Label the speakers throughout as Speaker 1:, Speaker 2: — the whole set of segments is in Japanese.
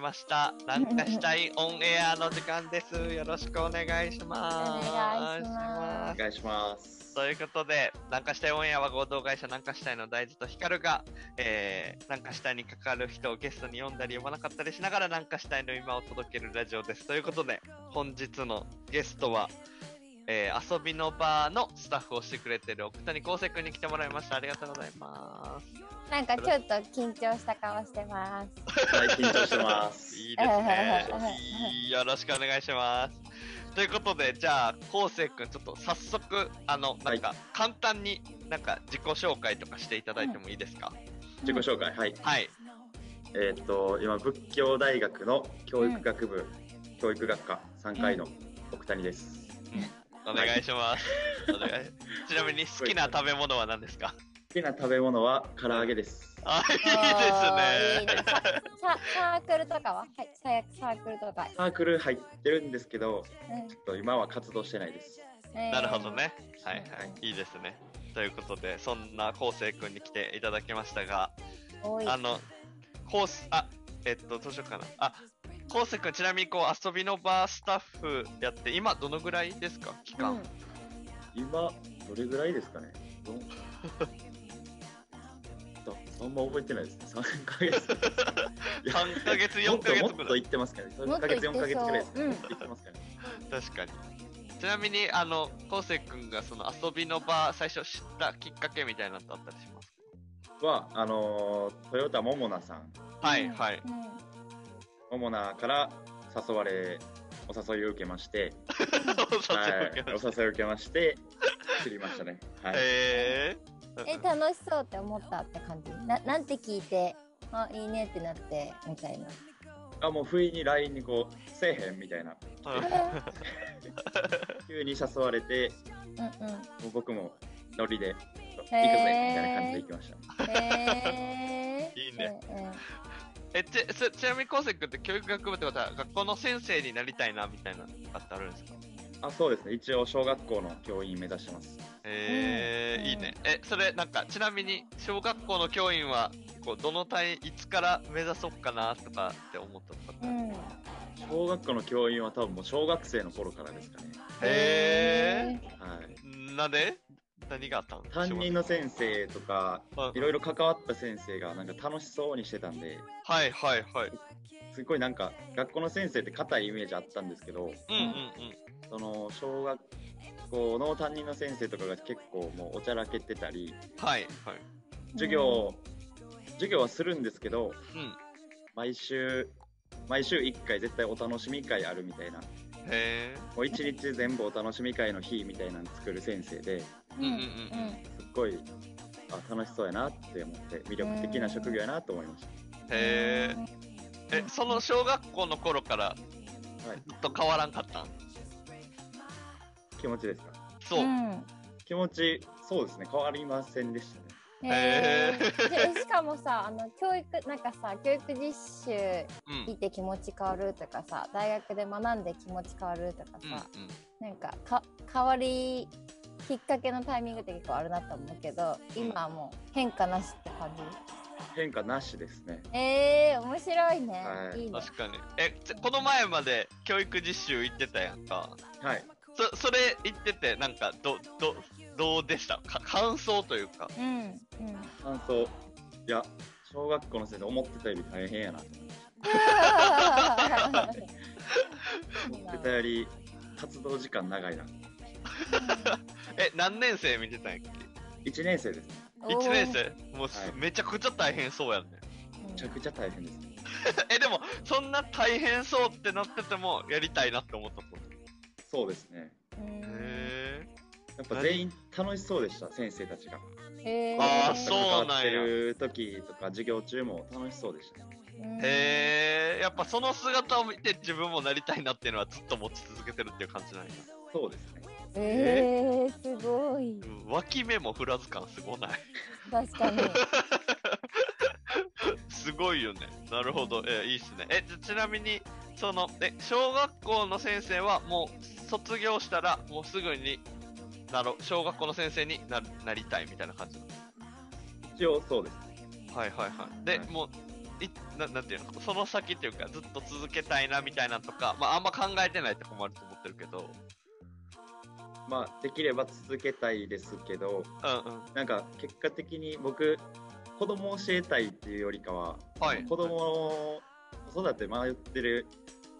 Speaker 1: ました。なんかしたいオンエアの時間です。よろしくお願いします。
Speaker 2: お願いしま
Speaker 3: お願いします。
Speaker 1: ということで、南下したいオンエアは合同会社南下したいの大豆とヒカルが、えー、南下したいにかかる人をゲストに読んだり読まなかったりしながら南下したいの今を届けるラジオです。ということで、本日のゲストは、えー遊びの場のスタッフをしてくれてる奥谷康生君に来てもらいました。ありがとうございま。
Speaker 2: なんかちょっと緊張した顔してます。。
Speaker 3: はい、緊張してます す。
Speaker 1: いいですねよろしくお願いします。ということで、じゃあ、康生君、ちょっと早速、あの、なんか、簡単になんか自己紹介とかしていただいてもいいですか、
Speaker 3: 自己紹介、はい。
Speaker 1: はい。
Speaker 3: えーっと、今、仏教大学の教育学部、教育学科3回の奥谷です。
Speaker 1: お願いします。お願いちなみに好きな食べ物は何ですか
Speaker 3: 好きな食べ物は唐揚げです。
Speaker 1: あ、いい
Speaker 2: あーいい
Speaker 1: ですね。
Speaker 2: ささサークルとかは、はい、最悪サークルとか。
Speaker 3: サークル入ってるんですけど、
Speaker 2: うん
Speaker 3: ちょっと今は活動してないです。
Speaker 2: えー
Speaker 1: なるほどね。はいはい。いいですね。ということで、そんな康生君に来ていただきましたが、
Speaker 2: 多い。
Speaker 1: あの、コース、あ、えっと、どうしようかな。あ、コースくん、ちなみにこう遊びの場スタッフやって、今どのぐらいですか期間、
Speaker 2: うん
Speaker 3: 今、どれぐらいですかねど んちょっとあんま覚えてないですね。3ヶ 月。いや
Speaker 1: ?3 ヶ月、
Speaker 3: も
Speaker 1: 4
Speaker 3: っ
Speaker 1: ヶ
Speaker 3: とも
Speaker 1: 月ぐ
Speaker 3: っと
Speaker 1: らい。
Speaker 3: 行ってますかね。
Speaker 2: も
Speaker 3: 3
Speaker 2: っと
Speaker 3: ヶ
Speaker 2: 行ってそ
Speaker 3: 月、
Speaker 2: う
Speaker 3: 4ヶ月ぐらいですかね。
Speaker 2: うん
Speaker 3: もっと行ってますかね。
Speaker 1: 確かに。ちなみに、あの、コースくんがその遊びの場最初知ったきっかけみたいなのってあったりします
Speaker 3: は、あのー、トヨタももなさん。
Speaker 1: はい、 はい。
Speaker 2: うん
Speaker 3: モモナから誘われお誘いを受けまして、はい、お誘いを受けまして知りました ね。はい、
Speaker 1: え
Speaker 2: え、
Speaker 1: ー、
Speaker 2: 楽しそうって思ったって感じ。な、なんて聞いて、あ、いいねってなって、みたいな。
Speaker 3: あもう不意に LINE にこうせえへんみたいな急に誘われて、
Speaker 2: うんうん。
Speaker 3: もう僕もノリで行くぜみ
Speaker 2: へー
Speaker 3: たいな感じで行きました。
Speaker 2: えー、
Speaker 1: いいね
Speaker 2: うんうん。
Speaker 1: えちちちなみにコースくんって教育学部ってことは学校の先生になりたいなみたいなのとかってあるんですか
Speaker 3: あそうですね一応小学校の教員目指してます。
Speaker 1: えー
Speaker 2: うん
Speaker 1: いいね。え、それ、なんか、ちなみに、小学校の教員は、こう、どの単位、いつから目指そうかな、とかって思ったとかってある。
Speaker 2: うん。
Speaker 3: 小学校の教員は多分もう小学生の頃からですかね。
Speaker 1: へ
Speaker 3: はい
Speaker 1: ー。なんで何があったの
Speaker 3: 担任の先生とか
Speaker 1: はい
Speaker 3: ろいろ関わった先生がなんか楽しそうにしてたんで。
Speaker 1: はいはいはい。
Speaker 3: すごいなんか学校の先生って硬いイメージあったんですけど
Speaker 1: うんうんうん。
Speaker 3: その小学校の担任の先生とかが結構もうおちゃらけてたり
Speaker 1: はいはい。
Speaker 3: 授業を、授業はするんですけど
Speaker 1: うん。
Speaker 3: 毎週毎週1回絶対お楽しみ会あるみたいな
Speaker 1: へ
Speaker 3: もう1日全部お楽しみ会の日みたいなの作る先生で
Speaker 1: ー。うんうんうんうん。
Speaker 3: すっごいあ楽しそうやなって思って魅力的な職業やなと思いました
Speaker 1: へー。え、その小学校の頃から、
Speaker 3: はい
Speaker 1: ずっと変わらんかったん
Speaker 3: 気持ちですか
Speaker 1: そう。
Speaker 2: ん
Speaker 3: 気持ちそうですね変わりませんでしたね
Speaker 2: へ
Speaker 1: へ
Speaker 2: ーでしかもさあの教育なんかさ教育実習
Speaker 1: うん。うん
Speaker 2: 聞いて気持ち変わるとかさ大学で学んで気持ち変わるとか
Speaker 1: うん
Speaker 2: さ、なんかか変わりきっかけのタイミングって結構あるなと思うけど今はもう変化なしって感じ
Speaker 3: 変化なしですね
Speaker 2: えー、面白いね、
Speaker 3: はい
Speaker 2: い、いね
Speaker 1: 確かに。え、ちこの前まで教育実習行ってたやんか。
Speaker 3: はい
Speaker 1: そそれ言っててなんかどどどうでしたか感想というか
Speaker 2: うんうん
Speaker 3: 感想いや小学校の先生思ってたより大変やなと思ってたより活動時間長いな
Speaker 1: え何年生見てたんやっ
Speaker 3: 1年生ですね
Speaker 1: け1年生もうす、
Speaker 3: はい
Speaker 1: めちゃくちゃ大変そうやね
Speaker 2: うん
Speaker 3: めちゃくちゃ大変ですね
Speaker 1: えでもそんな大変そうってなっててもやりたいなって思ったこと
Speaker 3: そうですね
Speaker 2: うん
Speaker 1: へ
Speaker 3: やっぱ全員楽しそうでした先生たちが
Speaker 2: へー
Speaker 1: あー
Speaker 3: 僕
Speaker 1: そ
Speaker 3: と
Speaker 1: う
Speaker 3: 関わってる時とか授業中も楽しそうでしたね
Speaker 2: うん
Speaker 1: えへえやっぱその姿を見て自分もなりたいなっていうのはずっと持ち続けてるっていう感じなんや
Speaker 3: そうですね
Speaker 2: えー、すごい
Speaker 1: うん脇目も振らず感すごない
Speaker 2: 確かに
Speaker 1: すごいよねなるほどえいいっすねえじゃちなみにそのえ小学校の先生はもう卒業したらもうすぐになろ小学校の先生にななりたいみたいな感じなの
Speaker 3: 一応そうです
Speaker 1: はいはいはいで、
Speaker 3: はい
Speaker 1: もういななんていうのその先っていうかずっと続けたいなみたいなとか、まあ、あんま考えてないとこもあると思ってるけど
Speaker 3: まあできれば続けたいですけど
Speaker 1: うんうん
Speaker 3: なんか結果的に僕子供を教えたいっていうよりかは
Speaker 1: はい
Speaker 3: 子供を子育て迷ってる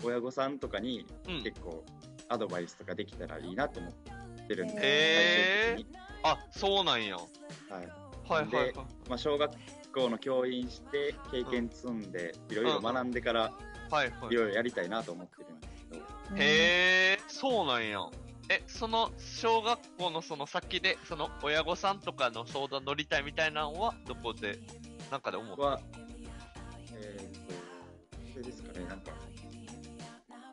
Speaker 3: 親御さんとかに
Speaker 1: うん
Speaker 3: 結構アドバイスとかできたらいいなと思ってるんで、
Speaker 1: へー
Speaker 3: 最終的に
Speaker 1: あそうなんやは
Speaker 3: はい
Speaker 1: いはいはい
Speaker 3: でまあ、小学校の教員して経験積んでいろいろ学んでから
Speaker 1: はいはいい
Speaker 3: ろいろやりたいなと思ってるんですけど
Speaker 1: へえそうなんやえその小学校のその先でその親御さんとかの相談乗りたいみたいなのはどこでなんかで思っ
Speaker 3: 僕はえーっとそれですかねなんか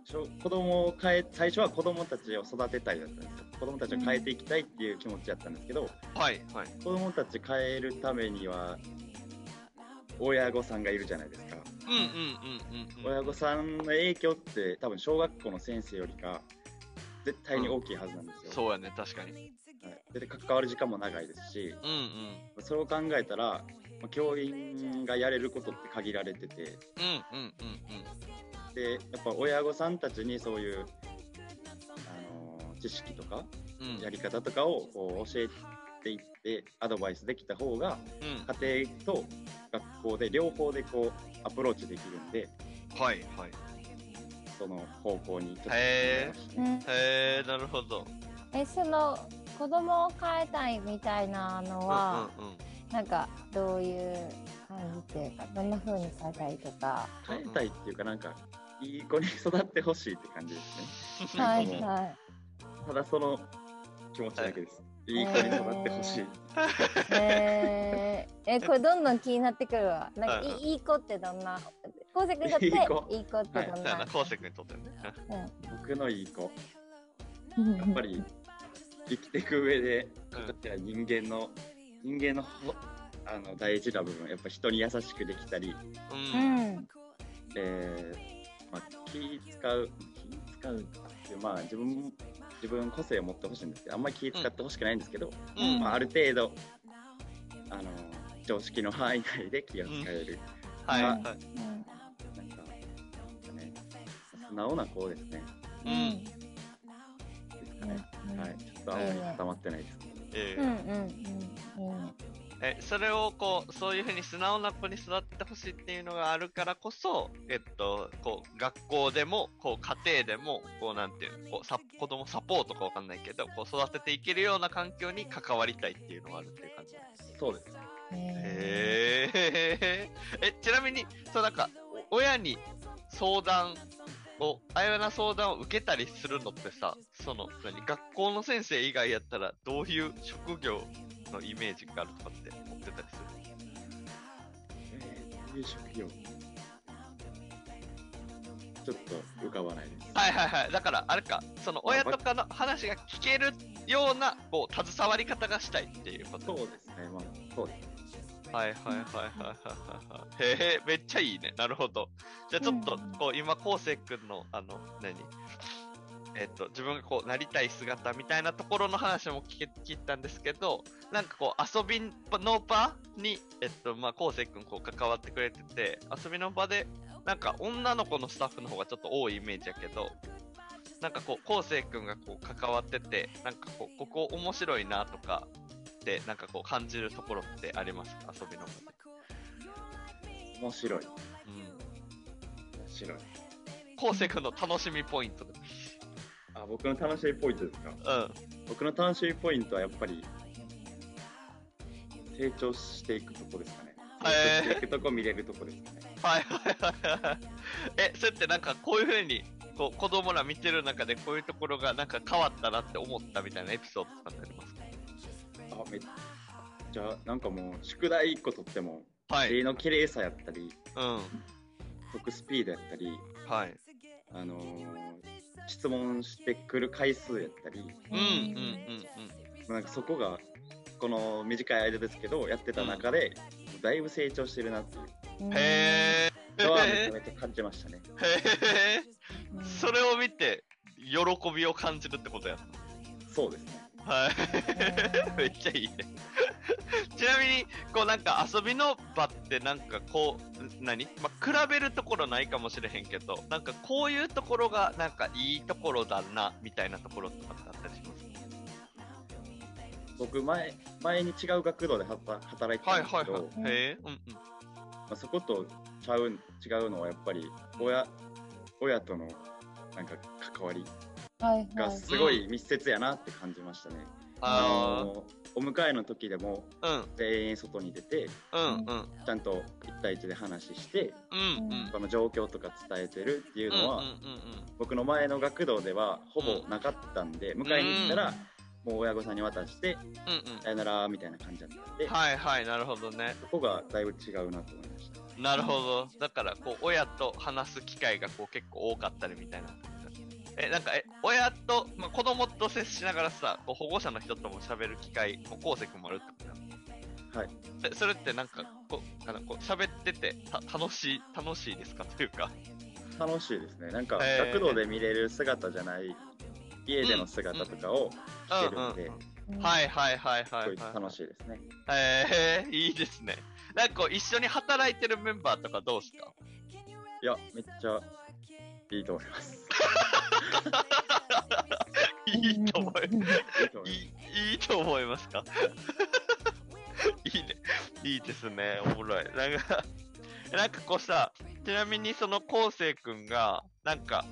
Speaker 3: 小子供を変え最初は子供たちを育てたいだったんですよ子供たちを変えていきたいっていう気持ちだったんですけど、
Speaker 1: たはいはい
Speaker 3: 子供たち変えるためには親御さんがいるじゃないですか、
Speaker 1: うんうんうんうんうん
Speaker 3: 親御さんの影響って多分小学校の先生よりか絶対に大きいはずなんですよ、
Speaker 1: そうやね確かに
Speaker 3: はい、で関わる時間も長いですし
Speaker 1: うんうん
Speaker 3: それを考えたらまあ教員がやれることって限られてて
Speaker 1: うんうんうんうん
Speaker 3: でやっぱ親御さんたちにそういう、あのー知識とか
Speaker 1: うん
Speaker 3: やり方とかをこう教えていってアドバイスできた方が
Speaker 1: うん
Speaker 3: 家庭と学校で両方でこうアプローチできるんで
Speaker 1: はいはい
Speaker 3: その方向にちょっと考
Speaker 1: へー
Speaker 3: えました
Speaker 2: う
Speaker 3: ね
Speaker 2: ん
Speaker 1: へえなるほど
Speaker 2: えその子供を変えたいみたいなのは、
Speaker 1: うんうんうん
Speaker 2: なんかどういう感じっていうかどんな風に変えたいと か
Speaker 3: 変えたいっていうかなんかいい子に育ってほしいって感じですね
Speaker 2: は
Speaker 3: ないんかもう
Speaker 2: は
Speaker 3: ただその気持ちだけです、い、い子に育ってほしい
Speaker 2: い、え ー、えこれどんどん気になってくるわなんか
Speaker 1: うんうん
Speaker 2: いいい子ってどんな功績に とってい
Speaker 3: いい子
Speaker 2: い子ってど
Speaker 1: そ
Speaker 2: ん
Speaker 1: うやな
Speaker 2: な、
Speaker 1: 昴生君にとってね
Speaker 3: 僕のいい子
Speaker 2: うん
Speaker 3: やっぱり生きていく上で僕たちは人間の人間のほあの大事な部分やっぱ人に優しくできたり、
Speaker 1: う
Speaker 2: うんん
Speaker 3: えーまあ、気使う気使うってまあ自分自分個性を持ってほしいんですけどあんまり気使ってほしくないんですけど、
Speaker 1: うん
Speaker 3: まあ、ある程度あの常識の範囲内で気を使える、
Speaker 1: はいはい
Speaker 2: うん
Speaker 3: なんか、ね、素直な子ですね
Speaker 1: う
Speaker 2: うん
Speaker 1: ん
Speaker 3: ですかね、
Speaker 2: うん
Speaker 3: はいちょっとあんまり固まってないですけど、
Speaker 1: え
Speaker 2: う
Speaker 1: ー
Speaker 2: んうんうんいいね
Speaker 1: えそれをこうそういうふうに素直な子に育ってほしいっていうのがあるからこそえっとこう学校でもこう家庭でもこうなんていうのこうさ子供サポートかわかんないけどこう育てていけるような環境に関わりたいっていうのがあるっていう感じなんです
Speaker 3: そうですね
Speaker 2: へ
Speaker 1: へえ。 え、ちなみに、そうなんか、お親に相談を、あやな相談を受けたりするのってさ、その、何、学校の先生以外やったら、どういう職業のイメージがあるとかって思ってたりする
Speaker 3: えー、いい職業ちょっと浮かばないです
Speaker 1: はいはいはい。だから、あれか、その、
Speaker 3: まあ
Speaker 1: 親とかの話が聞けるような、こう、携わり方がしたいっていうこと
Speaker 3: そう。ですねまあそうです
Speaker 1: はいはいはいはいはいはい。へえ、めっちゃいいね。なるほど。じゃあちょっと
Speaker 2: うん、
Speaker 1: こう、今、こうせいくんの、あの、何えっと、自分がこう、なりたい姿みたいなところの話も聞け聞いたんですけど、なんかこう、遊びの場に、えっと、まあ、こうせいくん、こう、関わってくれてて、遊びの場で、なんか、女の子のスタッフの方がちょっと多いイメージやけど、なんかこう、こうせいくんがこう、関わってて、なんかこう、ここ面白いなとか、ってなんかこう感じるところってありますか遊びの場で
Speaker 3: 面白い
Speaker 1: うん
Speaker 3: 面白い
Speaker 1: 昴生君の楽しみポイントで
Speaker 3: あ僕の楽しみポイントですか
Speaker 1: うん
Speaker 3: 僕の楽しみポイントはやっぱり成長していくとこですかね
Speaker 1: へー
Speaker 3: 成長していくとこ見れるとこですかね
Speaker 1: はいはいはいはい えそれってなんかこういうふうにこう子供ら見てる中でこういうところがなんか変わったなって思ったみたいなエピソードとかってありますか
Speaker 3: あめっちゃなんかもう宿題1個取っても
Speaker 1: は
Speaker 3: 絵
Speaker 1: い
Speaker 3: の綺麗さやったり
Speaker 1: うん
Speaker 3: 得スピードやったり
Speaker 1: はい
Speaker 3: あのー質問してくる回数やったり
Speaker 1: うんうんうん
Speaker 3: なんかそこがこの短い間ですけどやってた中で、だいぶ成長してるなっていう
Speaker 1: うんへえ
Speaker 3: のはめちゃめちゃ感じまし たね。
Speaker 1: へえ
Speaker 2: うん
Speaker 1: それを見て喜びを感じるってことや
Speaker 3: そうですね。
Speaker 1: はい
Speaker 2: へー
Speaker 1: めっちゃいいね。ちなみにこうなんか遊びの場ってなんかこう何、まあ、比べるところないかもしれへんけどなんかこういうところがなんかいいところだなみたいなところとかってあったりします
Speaker 3: 僕前前に違う学童ではた働いてた
Speaker 1: は
Speaker 3: ん
Speaker 1: い
Speaker 3: ですけ
Speaker 1: はい
Speaker 3: ど、
Speaker 1: はい。へえ、うんうん。
Speaker 3: まあ、そことちゃうん違うのはやっぱり親親とのなんか関わり
Speaker 2: はいは
Speaker 3: が
Speaker 2: い。
Speaker 3: すごい密接やなって感じましたね。あ
Speaker 1: あ
Speaker 3: のお迎えの時でも
Speaker 1: あ、うん
Speaker 3: 全員外に出て
Speaker 1: うんうん
Speaker 3: ちゃんと1対1で話して
Speaker 1: うんうん。
Speaker 3: その状況とか伝えてるっていう
Speaker 1: うんうん
Speaker 3: のは、
Speaker 1: うん
Speaker 3: 僕の前の学童ではほぼなかったんで、迎えに行ったらもう親御さんに渡して
Speaker 1: うん
Speaker 3: さよならみたいな感じだったんで、
Speaker 1: うん。はいはい、なるほどね。
Speaker 3: そこがだいぶ違うなと思いました。
Speaker 1: なるほど。だからこう親と話す機会がこう結構多かったりみたいな。えなんかえ親と、まあ、子供と接しながらさこう保護者の人とも喋る機会もう昴くもあるってことなの
Speaker 3: はい
Speaker 1: でそれってなんかこうあのこう喋っててた楽しい楽しいですかというか
Speaker 3: 楽しいですねなんか
Speaker 1: へー
Speaker 3: 学童で見れる姿じゃない家での姿とかを聞けるんで、
Speaker 2: い。
Speaker 1: はいはいはいはい、はい、
Speaker 3: すごい楽しいですね
Speaker 1: えー、いいですね。なんかこう一緒に働いてるメンバーとかどうすか
Speaker 3: いやめっちゃいいと思います
Speaker 1: いいと思いま
Speaker 3: いいと思
Speaker 1: す。
Speaker 3: い
Speaker 1: い
Speaker 3: ます
Speaker 1: いいと思いますか いいね。いいですね。おもろい。なんか、なんかこうさ、ちなみにその昴生くんが、なんか、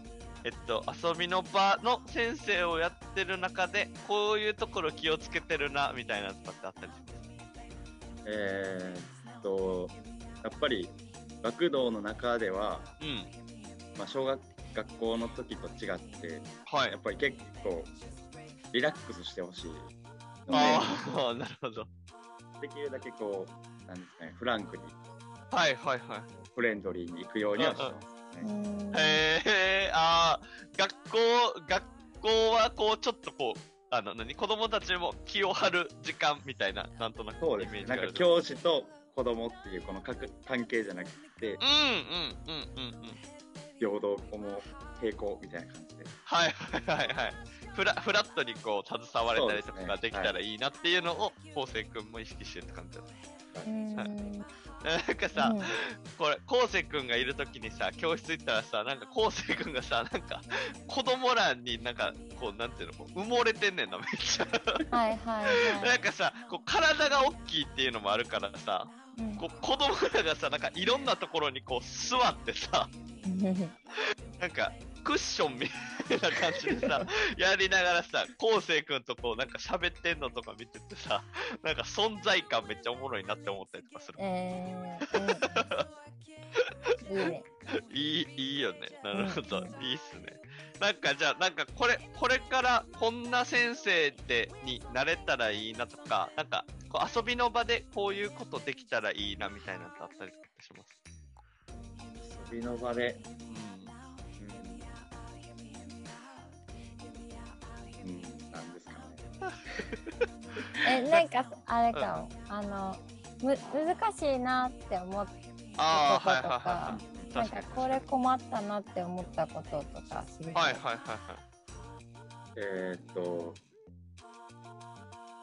Speaker 1: えっと、遊びの場の先生をやってる中で、こういうところ気をつけてるな、みたいなのとかってあったりします
Speaker 3: えーっとやっぱり学童の中では、
Speaker 1: うん。
Speaker 3: まあ、小学学校の時と違って
Speaker 1: は
Speaker 3: や
Speaker 1: い
Speaker 3: っ。ぱり結構リラックスしてほしいの
Speaker 1: ああ、 なるほど。
Speaker 3: でできるだけこうなんですかねフランクに
Speaker 1: はいはいはい。
Speaker 3: フレンドリーに行くようにはしてますね、
Speaker 1: へえあー学校学校はこうちょっとこうあの何子供たちも気を張る時間みたいななんとなく
Speaker 3: そうです
Speaker 1: イメー
Speaker 3: ね。
Speaker 1: ジ
Speaker 3: な
Speaker 1: が
Speaker 3: ん
Speaker 1: ある
Speaker 3: か教師と子供っていうこの各関係じゃなくて
Speaker 1: うんうんうんうんうん
Speaker 3: 平等も平行みたいな感じで。
Speaker 1: はいはいはいはいフラフラットにこう携われたりとかができたらいいなっていうのを昴生君も意識してるって感じだ
Speaker 2: うん
Speaker 1: はいなんかさ、これ、こうせくんがいるときにさ、教室行ったらさ、なんかこうせくんがさ、なんか、子供欄になんか、こう、なんていうの、こう埋もれてんねんな、めっちゃ。
Speaker 2: はいはいは
Speaker 1: なん
Speaker 2: い。
Speaker 1: かさ、こう体が大きいっていうのもあるからさ、
Speaker 2: うん
Speaker 1: こう子供らがさ、なんかいろんなところにこう座ってさ、なんかクッションみたいな感じでさ、やりながらさ、昴生君とこうなんか喋ってんのとか見ててさ、なんか存在感めっちゃおもろいなって思ったりとかする。
Speaker 2: え ーうんいいね。
Speaker 1: いい、いいよね。なるほど
Speaker 2: うん。
Speaker 1: いいっすね。なんかじゃあ、なんかこれ、これからこんな先生でになれたらいいなとか、なんかこう遊びの場でこういうことできたらいいなみたいなのってあったりします。
Speaker 3: 遊びの場
Speaker 1: う
Speaker 3: で。
Speaker 1: ん。
Speaker 3: うん。うん、なんですかね。
Speaker 2: え、なんかあれかも。あの、む難しいなって思ったこと
Speaker 1: ああ、はい
Speaker 2: と
Speaker 1: は
Speaker 2: か、
Speaker 1: い
Speaker 2: な
Speaker 1: は
Speaker 2: ん
Speaker 1: いはい。確か
Speaker 2: か
Speaker 1: に。
Speaker 2: これ
Speaker 1: 確か
Speaker 2: 困ったなって思ったこととか知り
Speaker 1: には
Speaker 2: たい。
Speaker 1: いはいはいはい。
Speaker 3: えーっと、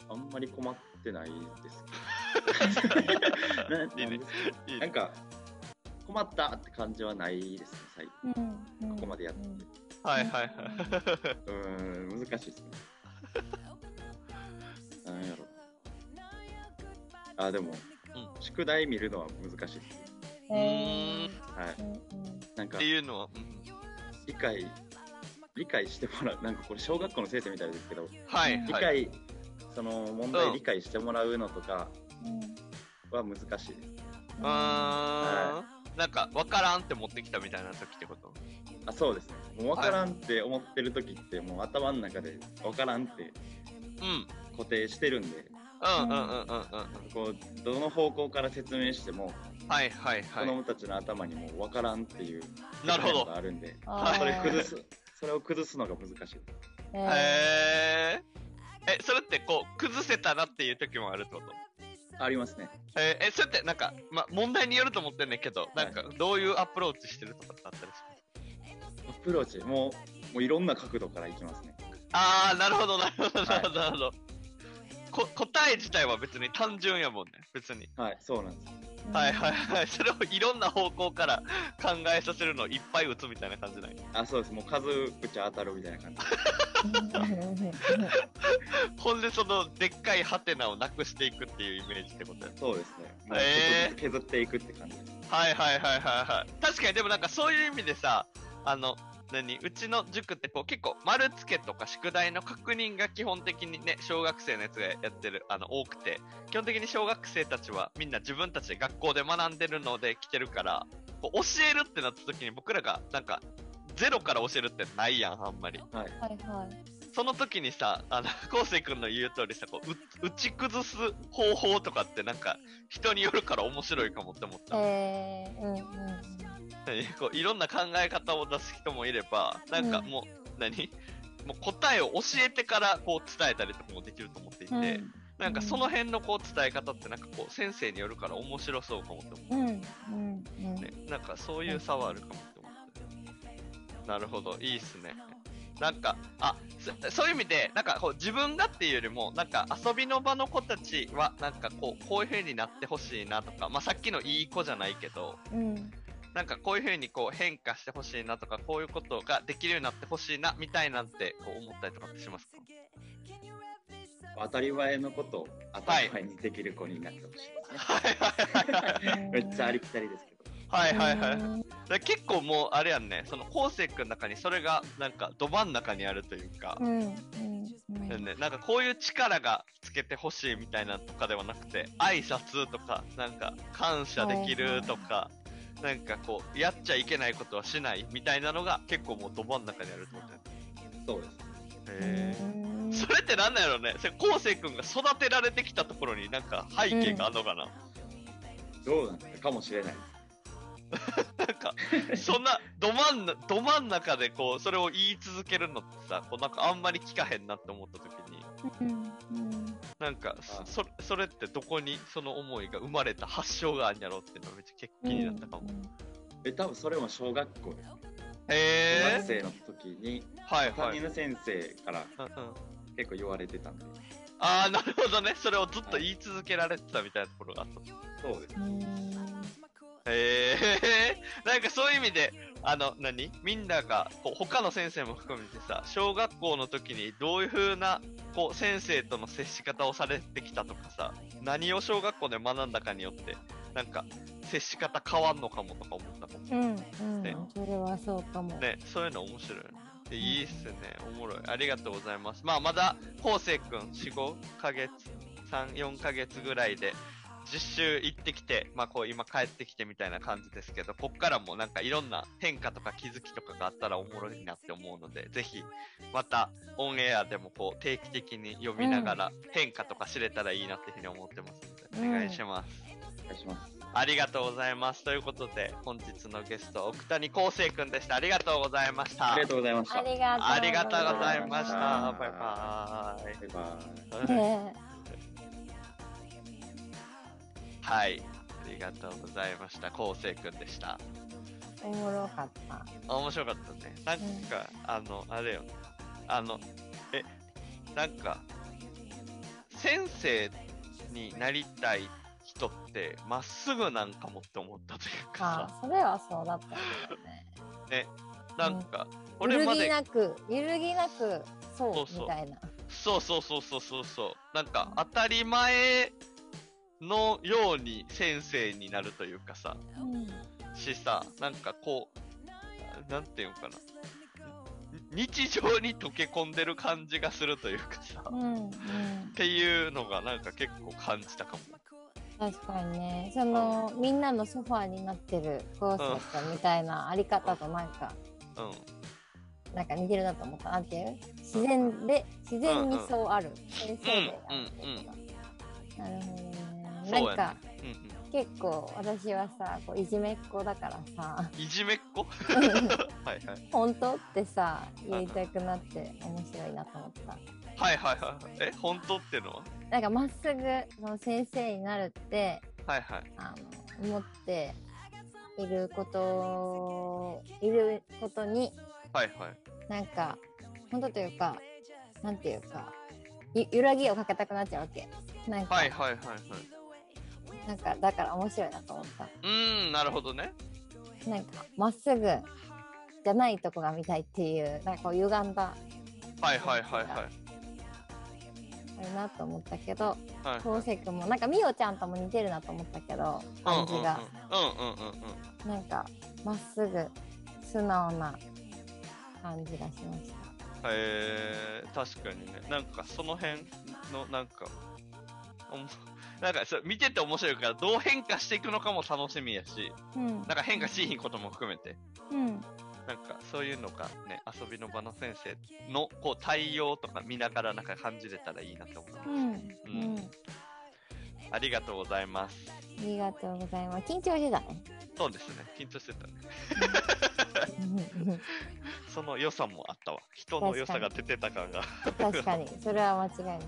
Speaker 3: あんまり困ってないです けど。ななん
Speaker 1: いいね
Speaker 3: ですけ
Speaker 1: い
Speaker 3: ど
Speaker 1: い
Speaker 3: なん
Speaker 1: ね
Speaker 3: か、困ったって感じはないですね、最近。
Speaker 2: うんうん
Speaker 3: ここまでやってて。
Speaker 1: はいはいはい。
Speaker 3: うーん、難しい ですね。なんやろ。あ、でも、
Speaker 1: う
Speaker 3: 宿題見るのは難しいです。
Speaker 2: え
Speaker 1: うーん。
Speaker 2: ー
Speaker 1: っ
Speaker 3: はい。
Speaker 2: うん
Speaker 3: なんか
Speaker 1: て、いうのは、うん
Speaker 3: 理解、理解してもらう。なんかこれ、小学校の先生みたいですけど、
Speaker 1: はい
Speaker 3: 理
Speaker 1: はい。
Speaker 3: 解、その問
Speaker 1: う
Speaker 3: 題
Speaker 1: ん
Speaker 3: 理解してもらうのとか
Speaker 2: うん
Speaker 3: は難しいです。
Speaker 1: う
Speaker 2: うん
Speaker 1: ーん。なんか、わからんって持ってきたみたいな時ってこと
Speaker 3: あ、そうですね。もう分からんって思ってる時って、もう頭の中で分からんって
Speaker 1: うん。
Speaker 3: 固定してるんで、
Speaker 1: うんうんうんうんうんうん。
Speaker 3: こう、どの方向から説明しても、
Speaker 1: はいはいは
Speaker 3: 子
Speaker 1: い。
Speaker 3: 供たちの頭にもう分からんっていう
Speaker 1: なるほ
Speaker 3: の
Speaker 1: ど
Speaker 3: が。あるんで、
Speaker 2: あー
Speaker 3: それ崩す、それを崩すのが難しい。
Speaker 2: え
Speaker 1: へえ。え、それってこう、崩せたなっていう時もあるってこと
Speaker 3: ありますね。
Speaker 1: えーえ、それってなんか、ま、問題によると思ってんねんけど、なんか、どういうアプローチしてるとかってあったりします
Speaker 3: アプローチ、もう、もういろんな角度からいきますね。
Speaker 1: あー、なるほど、なるほど、なるほど、なるほど。こ答え自体は別に単純やもんね別に
Speaker 3: はい、そうなんです。
Speaker 1: はいはいはいそれをいろんな方向から考えさせるのをいっぱい打つみたいな感じない
Speaker 3: あ、そうです。もう数打ち当たるみたいな感じ。
Speaker 1: ほんでそのでっかいハテナをなくしていくっていうイメージってことや
Speaker 3: そうですね。もう
Speaker 1: えー
Speaker 3: 削っていくって感じ。
Speaker 1: はいはいはいはいはい確かにでもなんかそういう意味でさあの何うちの塾ってこう結構丸つけとか宿題の確認が基本的にね小学生のやつがやってるあの多くて基本的に小学生たちはみんな自分たちで学校で学んでるので来てるからこう教えるってなった時に僕らがなんかゼロから教えるってないやんあんまり
Speaker 3: はい。
Speaker 2: はいは
Speaker 1: その時にさあの 昴生君の言う通りさこうう打ち崩す方法とかってなんか人によるから面白いかもって思った
Speaker 2: い。えー、うんうん。
Speaker 1: 何 こういろんな考え方を出す人もいればなんか
Speaker 2: うん
Speaker 1: もう、何もう答えを教えてからこう伝えたりとかもできると思っていて、
Speaker 2: うん
Speaker 1: なんかその辺のこう伝え方ってなんかこう先生によるから面白そうかもって思
Speaker 2: うんうんうん
Speaker 1: うねなんかそういう差はあるかもって思ってなるほどいいっすねなんかあそそういう意味でなんかこう自分がっていうよりもなんか遊びの場の子たちはなんかこうこういう風になってほしいなとか、まあ、さっきのいい子じゃないけど
Speaker 2: うん
Speaker 1: なんかこういう風にこう変化してほしいなとか、こういうことができるようになってほしいなみたいなんてこう思ったりとかってしますか
Speaker 3: 当たり前のことを当たり前にできる子になってほしいです ね。めっちゃありきたりですけど。
Speaker 1: はいはいはい。だから結構もうあれやんね、その昴生君の中にそれがなんかど真ん中にあるというか、
Speaker 2: うんうんうん
Speaker 1: だよね、なんかこういう力がつけてほしいみたいなのとかではなくて、挨拶とか、なんか感謝できるとか、なんかこう、やっちゃいけないことはしないみたいなのが結構もうど真ん中にあるってことやね
Speaker 3: そうです。
Speaker 1: へー
Speaker 2: うん
Speaker 1: それってなんなんやろねそれ昴生君が育てられてきたところになんか背景があるのかな、
Speaker 3: どうなんですかかもしれない。
Speaker 1: なんかそんなど真んなど真ん中でこうそれを言い続けるのってさこうなんかあんまり聞かへんなって思った時に
Speaker 2: うんうん
Speaker 1: なんか
Speaker 3: あ
Speaker 1: そそれってどこにその思いが生まれた発祥があるんやろっていうのがめっちゃ結構気になったかも、
Speaker 3: え、多分それも小学校です。小
Speaker 1: へえ
Speaker 3: 学生の時に、
Speaker 1: はい
Speaker 3: 担
Speaker 1: はい、
Speaker 3: 任
Speaker 1: うんうん、
Speaker 3: の先生から
Speaker 1: あ
Speaker 3: 結構言われてたんで。
Speaker 1: あーなるほどねそれをずっと言い続けられてたみたいなところがあった
Speaker 3: そうです。
Speaker 2: うん
Speaker 1: へえ なんかそういう意味で、あの、何みんなが、こう、他の先生も含めてさ、小学校の時にどういう風な、こう、先生との接し方をされてきたとかさ、何を小学校で学んだかによって、なんか、接し方変わんのかもとか思ったかも。
Speaker 2: うんうん
Speaker 1: ね
Speaker 2: それはそうかも。
Speaker 1: ね、そういうの面白いよね。でいいっすね。おもろい。ありがとうございます。まあ、まだ、昴生くん、4、5ヶ月、3、4ヶ月ぐらいで、実習行ってきて、まあ、こう、今帰ってきてみたいな感じですけど、こっからもなんかいろんな変化とか気づきとかがあったらおもろいなって思うので、ぜひ、また、オンエアでもこう、定期的に読みながら変化とか知れたらいいなっていうふうに思ってますので、お願いします。
Speaker 3: お願いします。
Speaker 1: ありがとうございます。ということで、本日のゲスト、奥谷康生くんでした。ありがとうございました。
Speaker 3: ありがとうございました。
Speaker 2: あ
Speaker 3: バイ
Speaker 2: りがとう。
Speaker 1: ありがとうございました。
Speaker 3: あ
Speaker 1: バ
Speaker 3: り
Speaker 1: イ
Speaker 3: がとうござい
Speaker 1: バ
Speaker 3: バイ。
Speaker 1: ーイ。
Speaker 2: ね
Speaker 1: はい。ありがとうございました。康生くんでした。
Speaker 2: えおもろかった。
Speaker 1: あ面白かったね。なんか、あの、あれよ。あの、え、なんか、先生になりたい人って、まっすぐなんかもって思ったという
Speaker 2: あ
Speaker 1: か、
Speaker 2: それはそうだったんだよね。
Speaker 1: なんか、
Speaker 2: 揺る
Speaker 1: 俺ま
Speaker 2: ぎ
Speaker 1: で
Speaker 2: なく揺るぎなくそう
Speaker 1: そうそう
Speaker 2: みたいな。
Speaker 1: そうそうそうそうそうそう。なんか当たり前のように先生になるというかさ、
Speaker 2: うん
Speaker 1: しさ、なんかこう、なんていうのかな。に日常に溶け込んでる感じがするというかさ、っ
Speaker 2: うんうん
Speaker 1: ていうのがなんか結構感じたかも。
Speaker 2: 確かにねそのみんなのソファーになってるゴーセットみたいなあり方となんか
Speaker 1: う
Speaker 2: なんか似てるなと思ったなんていう自然で自然にそうある先生であるっていうかなるほどね
Speaker 1: そうやね
Speaker 2: なんか
Speaker 1: ん。うんう
Speaker 2: 結構私はさこういじめっ子だからさ
Speaker 1: ん。いじめっ子 はいはい。
Speaker 2: 本当ってさ言いたくなって面白いなと思った
Speaker 1: はいはいはいはい。え、本当っていうのは
Speaker 2: なんかまっすぐその先生になるって
Speaker 1: はいはい。
Speaker 2: あの思っていることいることに
Speaker 1: はいはい。
Speaker 2: なんか本当というかなんていうかゆ揺らぎをかけたくなっちゃうわけなんか、
Speaker 1: はいはいはいはい。
Speaker 2: なんかだから面白いなと思った
Speaker 1: うーん、なるほどね。
Speaker 2: なんかまっすぐじゃないとこが見たいっていうなんかこう歪んだ
Speaker 1: はいはいはいはい。
Speaker 2: あれなと思ったけど
Speaker 1: はいはい、
Speaker 2: 昴生君もなんかみおちゃんとも似てるなと思ったけど感じが、
Speaker 1: うんうんうん。うんうんうんうん。
Speaker 2: なんかまっすぐ素直な感じがしました
Speaker 1: へえ確かにねなんかその辺のなんかおもなんかそう見てて面白いからどう変化していくのかも楽しみやし
Speaker 2: うん
Speaker 1: なんか変化しいことも含めて
Speaker 2: うん
Speaker 1: なんかそういうのがね遊びの場の先生のこう対応とか見ながらなんか感じれたらいいなと思います、
Speaker 2: うん
Speaker 1: う
Speaker 2: うん
Speaker 1: んありがとうございます
Speaker 2: ありがとうございます緊張してた ね
Speaker 1: そうですね緊張してたねその良さもあったわ人の良さが出てた感が
Speaker 2: 確かにそれは間違いない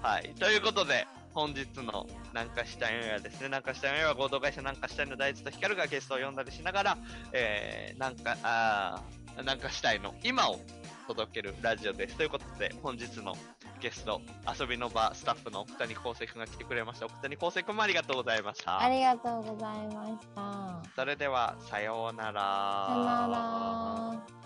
Speaker 1: はい。ということで、本日の南下したいはですね、南下したいは合同会社南下したいの大地と光がゲストを呼んだりしながら、えー、南下、あー南下したいの今を届けるラジオです。ということで、本日のゲスト、遊びの場スタッフの奥谷康生くんが来てくれました。奥谷康生くんもありがとうございました。
Speaker 2: ありがとうございました
Speaker 1: それでは、さようなら。
Speaker 2: さよなら